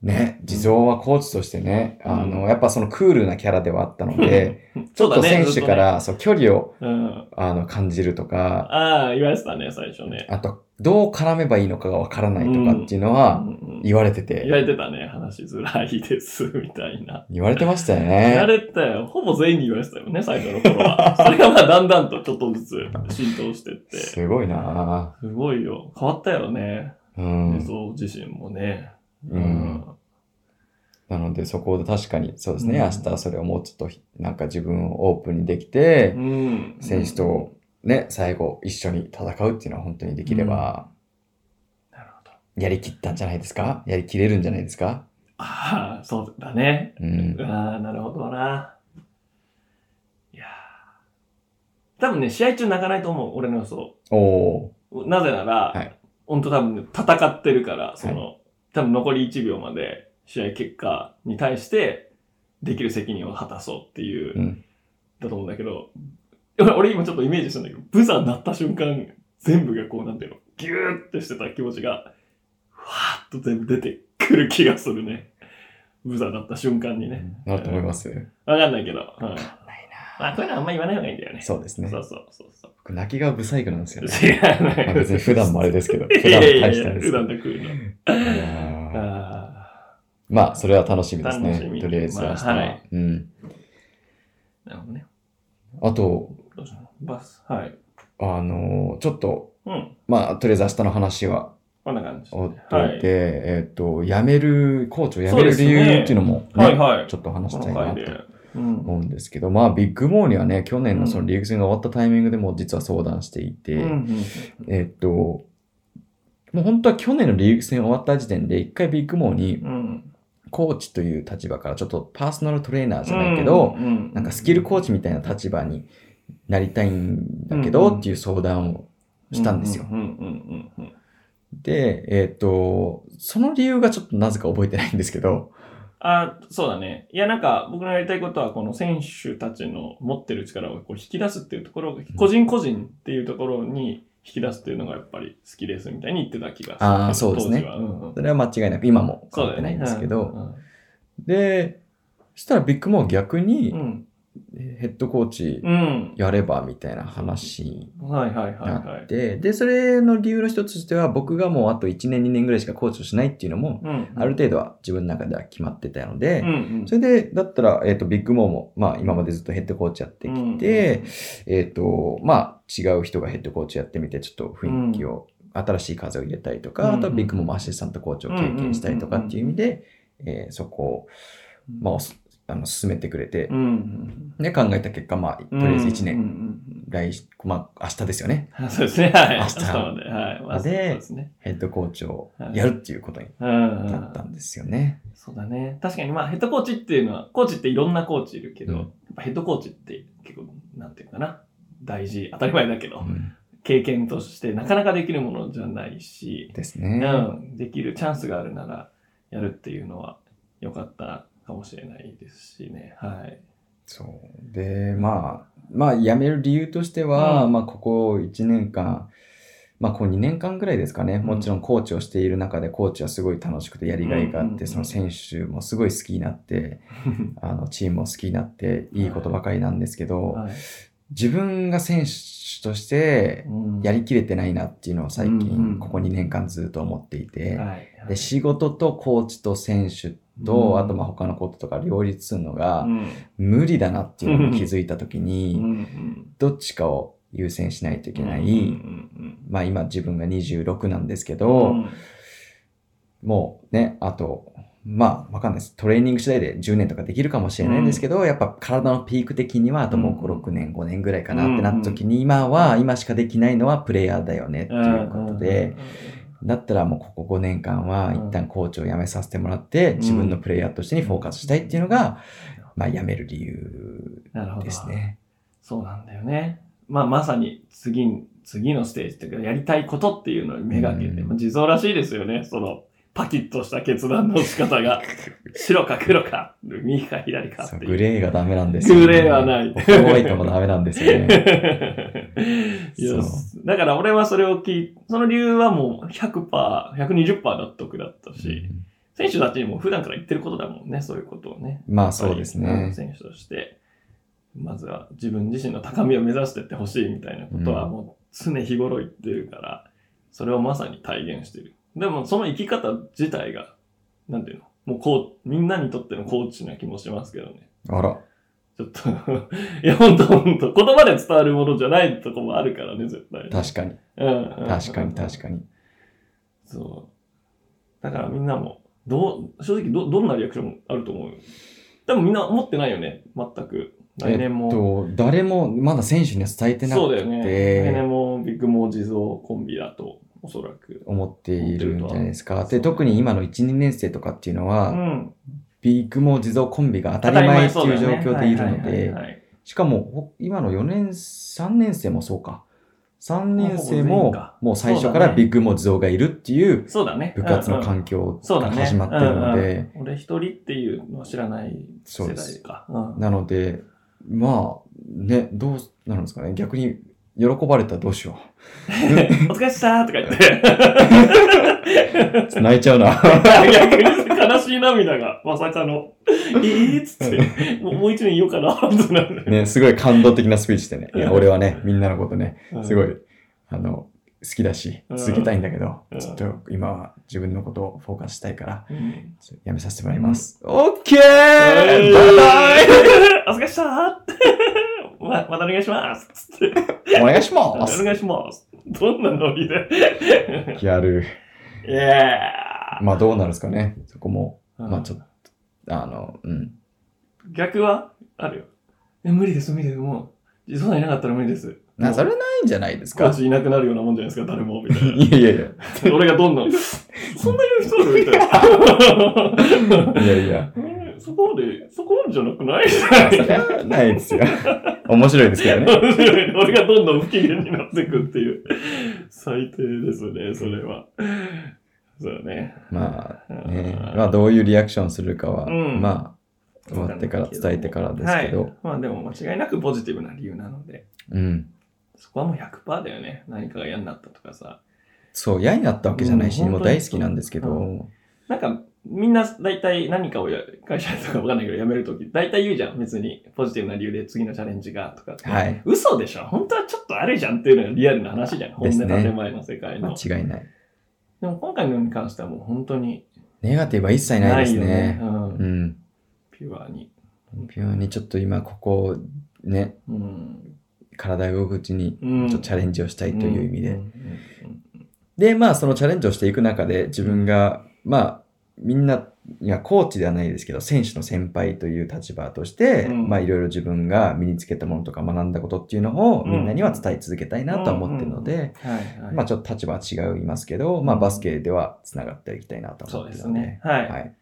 Speaker 1: ね、地蔵はコーチとしてね、
Speaker 2: うん
Speaker 1: あの、やっぱそのクールなキャラではあったので、 [LAUGHS] ちょっ
Speaker 2: [LAUGHS] そ
Speaker 1: と
Speaker 2: うだね
Speaker 1: 選手か。らそう、距離を
Speaker 2: ずっとねうん。
Speaker 1: あの感じるとか、
Speaker 2: ああ、言われてたね、最初ね。
Speaker 1: あと、どう絡めばいいのかがわからないとかっていうのは
Speaker 2: うんうん
Speaker 1: 言われて
Speaker 2: 言わ
Speaker 1: て、
Speaker 2: れてたね、話しづらいです、みたいな。
Speaker 1: 言われてましたよ
Speaker 2: 言
Speaker 1: ね。
Speaker 2: われてたよ。ほぼ全員に言われてたよね、最初の
Speaker 1: [LAUGHS]
Speaker 2: 頃は。それがまあ、だんだんとちょっとずつ浸透してって。す
Speaker 1: すごいな
Speaker 2: ごいよ。変わったよね。
Speaker 1: ぁう
Speaker 2: 映
Speaker 1: ん。
Speaker 2: 像自身もね。
Speaker 1: うんなのでそこで確かに、そうですね、
Speaker 2: うん
Speaker 1: 明日はそれをもうちょっとひなんか自分をオープンにできて、
Speaker 2: うん。
Speaker 1: 選手
Speaker 2: うん。
Speaker 1: とね、最後一緒に戦うっていうのは本当にできれば、
Speaker 2: なるほど。
Speaker 1: やりきったんじゃないですかやりきれるんじゃないですか
Speaker 2: ああ、そうだね。
Speaker 1: うん。
Speaker 2: ああ、なるほどな。いやー多分ね、試合中泣かないと思う、俺の予想。
Speaker 1: おー。
Speaker 2: なぜなら、
Speaker 1: はい
Speaker 2: 本当多分ね、戦ってるから、その、多分残り1秒まで試合結果に対して、できる責任を果たそうっていう、
Speaker 1: うん
Speaker 2: だと思うんだけど、俺俺今ちょっとイメージしたんだけど、ブザー鳴った瞬間、全部がこう、なんていうの、ギューってしてた気持ちが、ふわーっと全部出てくる気がするね。ブザー鳴った瞬間にね。
Speaker 1: なると思います。な
Speaker 2: わかんないけど。わかんないな。まあ、こういうのはあんま言わない方がいいんだよね。
Speaker 1: そうですね
Speaker 2: そ。うそうそうそう。
Speaker 1: 僕、泣き顔ブサイクなんです
Speaker 2: [LAUGHS]
Speaker 1: よね。
Speaker 2: 違うね
Speaker 1: まあ別に普段もあれですけど、
Speaker 2: い
Speaker 1: 普
Speaker 2: や
Speaker 1: 段も
Speaker 2: いや
Speaker 1: 大
Speaker 2: い
Speaker 1: した
Speaker 2: や、
Speaker 1: んで
Speaker 2: 普
Speaker 1: すけど
Speaker 2: 段の食うの。
Speaker 1: いやー
Speaker 2: あ
Speaker 1: まあ、それは楽しみです
Speaker 2: 楽しみ
Speaker 1: ね。とりあえずは明日は、
Speaker 2: まあはい
Speaker 1: うん。
Speaker 2: あ。なるほどね。
Speaker 1: あと、
Speaker 2: どうしたのバス。はい。
Speaker 1: あのーちょっと、
Speaker 2: うん。
Speaker 1: まあ、とりあえず明日の話は
Speaker 2: こんな感じ。
Speaker 1: おっといて、
Speaker 2: はい
Speaker 1: えっ、と、辞める、コーチを辞める理由っていうのも、ね
Speaker 2: はいはい。
Speaker 1: ちょっと話し
Speaker 2: こ
Speaker 1: たい
Speaker 2: の
Speaker 1: な
Speaker 2: 回
Speaker 1: と
Speaker 2: で。うん。
Speaker 1: 思うんですけど、まあ、ビッグモーにはね、去年のそのリーグ戦が終わったタイミングでも実は相談していて、
Speaker 2: うん
Speaker 1: えっ、と、もう本当は去年のリーグ戦終わった時点で、一回ビッグモーに
Speaker 2: うんうん。
Speaker 1: コーチという立場から、ちょっとパーソナルトレーナーじゃないけど、
Speaker 2: うん、うん
Speaker 1: なんかスキルコーチみたいな立場になりたいんだけ
Speaker 2: う
Speaker 1: ど
Speaker 2: ん
Speaker 1: っていう相談をしたんですよ。
Speaker 2: うんうんうんうん
Speaker 1: で、えっ、と、その理由がちょっとなぜか覚えてないんですけど、
Speaker 2: あそうだね。いや、なんか、僕のやりたいことは、この選手たちの持ってる力をこう引き出すっていうところが、個人個人っていうところに引き出すっていうのがやっぱり好きですみたいに言ってた気がする。
Speaker 1: あーそうですね
Speaker 2: 当時はうんうん
Speaker 1: それは間違いなく今も
Speaker 2: そ
Speaker 1: 変
Speaker 2: う
Speaker 1: わって
Speaker 2: だよ
Speaker 1: な
Speaker 2: ね。
Speaker 1: いんですけ
Speaker 2: う
Speaker 1: ど、
Speaker 2: ん
Speaker 1: で、そしたらビッグモー逆
Speaker 2: う
Speaker 1: に
Speaker 2: ん。
Speaker 1: ヘッドコーチ
Speaker 2: うん。
Speaker 1: やればみたいな話に
Speaker 2: うんはいはいはい
Speaker 1: な
Speaker 2: は
Speaker 1: っ
Speaker 2: い。
Speaker 1: て、で、それの理由の一つとしては僕がもうあと1年2年ぐらいしかコーチをしないっていうのも、
Speaker 2: うん
Speaker 1: ある程度は自分の中では決まってたので、
Speaker 2: うんうん。
Speaker 1: それで、だったら、えっ、と、ビッグモーも、まあ、今までずっとヘッドコーチやってきて、えっ、と、まあ、違う人がヘッドコーチやってみて、ちょっと雰囲気を、新しい風を入れたりとか、
Speaker 2: うん
Speaker 1: あとはビッグモーもアシスタントコーチを経験したりとかっていう意味で、えーそこを、
Speaker 2: うん、
Speaker 1: まあおす、あの、進めてくれて
Speaker 2: う、ん
Speaker 1: で、考えた結果、まあ、と
Speaker 2: う
Speaker 1: り
Speaker 2: ん。
Speaker 1: あえず1
Speaker 2: うんう
Speaker 1: 年、
Speaker 2: んうん。
Speaker 1: 来、まあ、明日ですよね、
Speaker 2: あ [LAUGHS] そうですね。は
Speaker 1: 明
Speaker 2: い。明
Speaker 1: 日
Speaker 2: 日まで。はい。ま
Speaker 1: で
Speaker 2: あそうですね。
Speaker 1: ヘッドコーチをやるっていうことに
Speaker 2: うんう
Speaker 1: なっ
Speaker 2: ん
Speaker 1: た。んですよね。
Speaker 2: そうだね。確かにまあヘッドコーチっていうのは、コーチっていろんなコーチいるけど、
Speaker 1: うん
Speaker 2: やっぱヘッドコーチって結構、なんていうかな。大事、当たり前だけど、
Speaker 1: うん
Speaker 2: 経験としてなかなかできるものじゃないし、
Speaker 1: です
Speaker 2: う
Speaker 1: ね。
Speaker 2: ん、できるチャンスがあるならやるっていうのは良かったかもしれないですしね。はい。
Speaker 1: そう。で、まあ、まあ、辞める理由としては、
Speaker 2: うん
Speaker 1: まあ、ここ1年間、まあ、こう2年間ぐらいですかね、
Speaker 2: ん
Speaker 1: もちろんコーチをしている中で、コーチはすごい楽しくて、やりがいがあ
Speaker 2: うん
Speaker 1: っ
Speaker 2: うんう
Speaker 1: て、
Speaker 2: ん
Speaker 1: その選手もすごい好きになって、あの、チームも好きになって、いいことばかりなんですけど、
Speaker 2: はい
Speaker 1: 自分が選手として、
Speaker 2: うん
Speaker 1: やりきれてないなっていうのを最
Speaker 2: うんう
Speaker 1: 近、
Speaker 2: ん
Speaker 1: ここ2年間ずっと思っていて、
Speaker 2: はい
Speaker 1: で、仕事とコーチと選手
Speaker 2: う
Speaker 1: と、
Speaker 2: ん
Speaker 1: あと、まあ、他のこととか両立するのが、
Speaker 2: うん
Speaker 1: 無理だなっていうのに気づいた時に、
Speaker 2: うんうん
Speaker 1: どっちかを優先しないといけない、
Speaker 2: うんうん
Speaker 1: まあ今自分が26なんですけ
Speaker 2: うん
Speaker 1: ど、
Speaker 2: うん
Speaker 1: もうねあとまあわかんないですトレーニング次第で10年とかできるかもしれないんですけど、やっぱ体のピーク的にはあともう
Speaker 2: うん
Speaker 1: 56年5年ぐらいかなってなった時に、今は今しかできないのはプレイヤーだよねっていうことで、だったらもうここ5年間は一旦コーチを辞めさせてもらって、自分のプレイヤーとしてにフォーカスしたいっていうのが、まあ辞める理由
Speaker 2: なるほど
Speaker 1: ですね。
Speaker 2: そうなんだよね。まあまさに次に、次のステージっていうか、やりたいことっていうのに目がけて、
Speaker 1: うん
Speaker 2: まあ地蔵らしいですよね。その、パキッとした決断の仕方が、白か黒か、右か左か
Speaker 1: そ
Speaker 2: っ
Speaker 1: う
Speaker 2: て
Speaker 1: グ
Speaker 2: いう。
Speaker 1: レーがダメなんですよ、
Speaker 2: グレーはない
Speaker 1: ホワイトもダメなんですよ
Speaker 2: [LAUGHS]
Speaker 1: ね。
Speaker 2: いや
Speaker 1: そ
Speaker 2: だから俺はそれを聞いその理由はもう100%、120%納得だったし、選手たちにも普段から言ってることだもんね、そういうことをね。
Speaker 1: まあそうです
Speaker 2: やっぱり
Speaker 1: ね
Speaker 2: ん。選手として、まずは自分自身の高みを目指してってほしいみたいなことは
Speaker 1: うん
Speaker 2: もう常日頃言ってるから、それをまさに体現してる。でもその生き方自体が、なんていうのもうこう、みんなにとってのコーチな気もしますけどね。
Speaker 1: あら、
Speaker 2: ちょっと、 [LAUGHS] いや、ほんとほんと、言葉で伝わるものじゃないとこもあるからね、絶対。
Speaker 1: 確かに、
Speaker 2: うん
Speaker 1: 確かに確
Speaker 2: に。
Speaker 1: かに。
Speaker 2: そう。だからみんなも、どう、正直ど、どんなリアクションあると思う多分みんな思ってないよね、全く。来年も。
Speaker 1: えっと、誰もまだ選手には伝えてな
Speaker 2: そうだ
Speaker 1: く
Speaker 2: よね。来
Speaker 1: て、
Speaker 2: 年もビッグモー地蔵コンビだと、おそらく。
Speaker 1: 思っているんじゃないですか。
Speaker 2: って
Speaker 1: で、
Speaker 2: るとは
Speaker 1: 特に今の1、2年生とかっていうの
Speaker 2: う
Speaker 1: は、
Speaker 2: ん。
Speaker 1: ビッグモー地蔵コンビが当たり前っていう状況でいるの
Speaker 2: はいはいはい
Speaker 1: で
Speaker 2: は、い
Speaker 1: しかもほ今の4年、3年生もそうか。 3年生
Speaker 2: ほぼ全員
Speaker 1: も
Speaker 2: か、
Speaker 1: もう最初からビッグモーズ像がいるっていう
Speaker 2: そうだね。
Speaker 1: 部活の
Speaker 2: 係
Speaker 1: 環境
Speaker 2: そう
Speaker 1: が
Speaker 2: だね。
Speaker 1: 始まってるの
Speaker 2: うん
Speaker 1: で、
Speaker 2: うん俺一人っていうのは知らない世
Speaker 1: そうで
Speaker 2: 代
Speaker 1: す
Speaker 2: か。うん
Speaker 1: なので、まあ、ね、どうなるんですかね。逆に、喜ばれたらどうしよ
Speaker 2: [LAUGHS] お疲れっしたーとか言って。
Speaker 1: [LAUGHS] う。泣いちゃうな。
Speaker 2: [LAUGHS] 逆に悲しい涙が、まさかの。えーっつって、もうもう一年いようかなってなる。
Speaker 1: ね、すごい感動的なスピーチでね。いや、俺はね、みんなのことね、すご
Speaker 2: い。
Speaker 1: い、あの、好きだし、
Speaker 2: うん
Speaker 1: 続けたいんだけど
Speaker 2: う、ん
Speaker 1: ちょっと今は自分のことをフォーカスしたいから、
Speaker 2: うん
Speaker 1: ちょっとやめさせてもらいます。オッケー
Speaker 2: えー
Speaker 1: バイバイ
Speaker 2: [LAUGHS] お疲れっしたーま、またお願いしますつって。
Speaker 1: お願いし
Speaker 2: お
Speaker 1: ます
Speaker 2: 願いします。どんなノリで。
Speaker 1: ギャル。
Speaker 2: いや
Speaker 1: まあどうなるんですかね。そこも、
Speaker 2: ー。
Speaker 1: まあちょっと、あの、うん。
Speaker 2: 逆はあるよ。え、無理です、無理です。もう、そんないなかったら無理です。
Speaker 1: な、そ
Speaker 2: れ
Speaker 1: れないんじゃないです
Speaker 2: コー
Speaker 1: か。
Speaker 2: チいなくなるようなもんじゃないですか、誰も。みた
Speaker 1: [LAUGHS]
Speaker 2: い
Speaker 1: いやいやいや。
Speaker 2: な。俺がど
Speaker 1: [LAUGHS]
Speaker 2: んどん、そんな言う人あるみたいな。
Speaker 1: いやいや。
Speaker 2: えそこまで、そこまでじゃなくない
Speaker 1: それはないですよ。面白いですけどね。
Speaker 2: [LAUGHS] 俺がどんどん不機嫌になってくっていう。最低ですね、それは。そうね。
Speaker 1: ま
Speaker 2: う
Speaker 1: あ
Speaker 2: ん
Speaker 1: ね、まあどういうリアクションするかは、
Speaker 2: うん
Speaker 1: まあ、終わってから伝えてからですけど、
Speaker 2: はい。まあでも間違いなくポジティブな理由なので、
Speaker 1: うん。
Speaker 2: そこはもう100%だよね。何かが嫌になったとかさ。
Speaker 1: そう、嫌になったわけじゃないし、
Speaker 2: うん
Speaker 1: もう大好きなんですけど、
Speaker 2: 本なんか、みんな大体何かをや会社とかわかんないけど辞めるとき、大体言うじゃん。別にポジティブな理由で次のチャレンジがとかって。
Speaker 1: はい。
Speaker 2: 嘘でしょ本当はちょっとあるじゃんっていうのがリアルな話じゃん。
Speaker 1: で
Speaker 2: 本音
Speaker 1: すね
Speaker 2: 建前の世界の。
Speaker 1: 間違いない。
Speaker 2: でも今回のに関してはもう本当に
Speaker 1: ネガティブは一切ないです
Speaker 2: よ
Speaker 1: ね。
Speaker 2: う
Speaker 1: う
Speaker 2: ん
Speaker 1: ん。
Speaker 2: ピュアに。
Speaker 1: 病院にちょっと今ここ、ね、
Speaker 2: うん。
Speaker 1: 体が動くうちに、
Speaker 2: うん
Speaker 1: ちょっとチャレンジをしたいという意味で。
Speaker 2: んん
Speaker 1: で、まあそのチャレンジをしていく中で、自分が、まあ、みんな、いや、コーチではないですけど、選手の先輩という立場として、
Speaker 2: うん
Speaker 1: まあいろいろ自分が身につけたものとか学んだことっていうのを、
Speaker 2: うん
Speaker 1: みんなには伝え続けたいなとは思ってるので、
Speaker 2: うんはいはい。
Speaker 1: まあちょっと立場は違いますけど、まあバスケではつながっていきたいなと
Speaker 2: そ
Speaker 1: 思
Speaker 2: う
Speaker 1: って
Speaker 2: で
Speaker 1: る
Speaker 2: す
Speaker 1: ので。
Speaker 2: ね。はい。
Speaker 1: はい。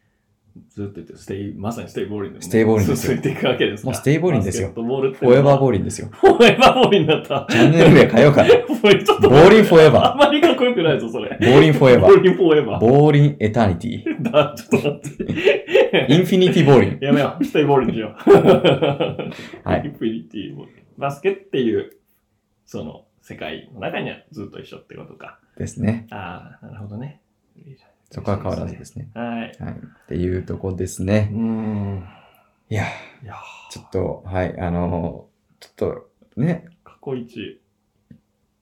Speaker 2: ずっと言って、ステイ、まさにステイボーリング。
Speaker 1: ステイボーリングですよ
Speaker 2: 続いていくわけですから。
Speaker 1: もうステイボーリングですよ
Speaker 2: バスケットボールって。
Speaker 1: フォーエバーボ
Speaker 2: ー
Speaker 1: ーリンですよ。
Speaker 2: リング。フォーエバーボーリングだった。
Speaker 1: チャンネル名変えようかな。
Speaker 2: もうちょっと。
Speaker 1: ボーリンフォーエ
Speaker 2: あん
Speaker 1: バ
Speaker 2: まりかっこよくないぞ、そ
Speaker 1: ー。
Speaker 2: れ。
Speaker 1: ボーリンフォーエバ
Speaker 2: ボー
Speaker 1: ー。
Speaker 2: リンフォーエバー。
Speaker 1: ボーリンエタニテ
Speaker 2: [LAUGHS]
Speaker 1: ィ。
Speaker 2: だ、ちょっと待って。
Speaker 1: インフィニティボーリン。
Speaker 2: やめよう、ステイボールにしよう。
Speaker 1: はい
Speaker 2: インフィニティボール。バスケっていう、その、世界の中にはずっと一緒ってことか。
Speaker 1: ですね。
Speaker 2: ああ、なるほどね。いいじゃん
Speaker 1: そこは変わらずですね。
Speaker 2: はい。
Speaker 1: はい。っていうとこです
Speaker 2: う
Speaker 1: ね。
Speaker 2: ーん。
Speaker 1: いや、
Speaker 2: いや
Speaker 1: ちょっと、はい、あのーちょっと、ね、
Speaker 2: ー過去一、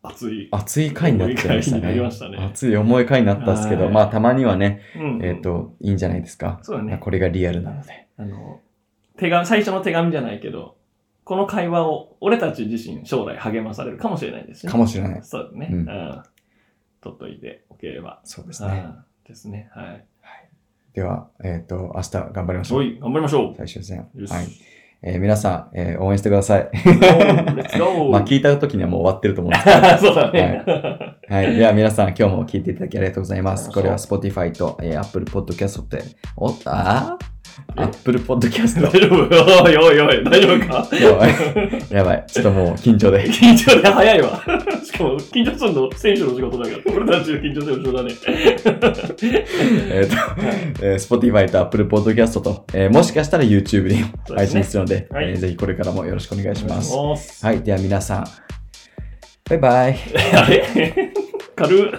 Speaker 2: 熱い。
Speaker 1: 熱い回になっちゃいました
Speaker 2: 重い回になりま
Speaker 1: ね。
Speaker 2: したね
Speaker 1: 熱い重い回になったんですけ
Speaker 2: は
Speaker 1: ど、
Speaker 2: い
Speaker 1: まあ、たまにはね、
Speaker 2: うん
Speaker 1: えっ、、と、いいんじゃないですか。
Speaker 2: そうだね。
Speaker 1: これがリアルなので。
Speaker 2: あの、手紙、最初の手紙じゃないけど、この会話を俺たち自身将来励まされるかもしれないですね。
Speaker 1: かもしれない。
Speaker 2: そうだね。
Speaker 1: うん
Speaker 2: うん。取っといておければ。
Speaker 1: そうですね。
Speaker 2: ああですね。はい。
Speaker 1: では、えっ、と、明日頑張りましょ
Speaker 2: お
Speaker 1: う。
Speaker 2: い、頑張りましょ
Speaker 1: 最終戦。
Speaker 2: う。よし。
Speaker 1: はい。えー皆さん、えー応援してくだ
Speaker 2: [LAUGHS]
Speaker 1: さい。
Speaker 2: レッツゴ
Speaker 1: [LAUGHS]
Speaker 2: ー
Speaker 1: まあ、聞いた時にはもう終わってると思うんですけど
Speaker 2: [LAUGHS] そうだね。
Speaker 1: はい。では皆さん、今日も聞いていただきありがとうございます。
Speaker 2: あ
Speaker 1: これは
Speaker 2: そ
Speaker 1: Spotify と、えー Apple Podcast で、おあ
Speaker 2: え
Speaker 1: ?Apple Podcast
Speaker 2: [LAUGHS] 大丈夫おいおいおい、大丈夫か
Speaker 1: やばい。 [LAUGHS] やばい。ちょっともう緊張
Speaker 2: [LAUGHS]
Speaker 1: で。
Speaker 2: 緊張で早いわ。 [LAUGHS] しかも、緊張するの選手の仕事だから、俺たちの緊張するの仕事だね。
Speaker 1: えっ、と、えー Spotify と Apple Podcast と、えーもしかしたら YouTube にも
Speaker 2: そうで
Speaker 1: 配
Speaker 2: すね
Speaker 1: 信するので、
Speaker 2: はい
Speaker 1: えーぜひこれからもよろしくお願いします。
Speaker 2: お願いします
Speaker 1: はい。では皆さん、バイバイ。
Speaker 2: [LAUGHS] あれ軽っ。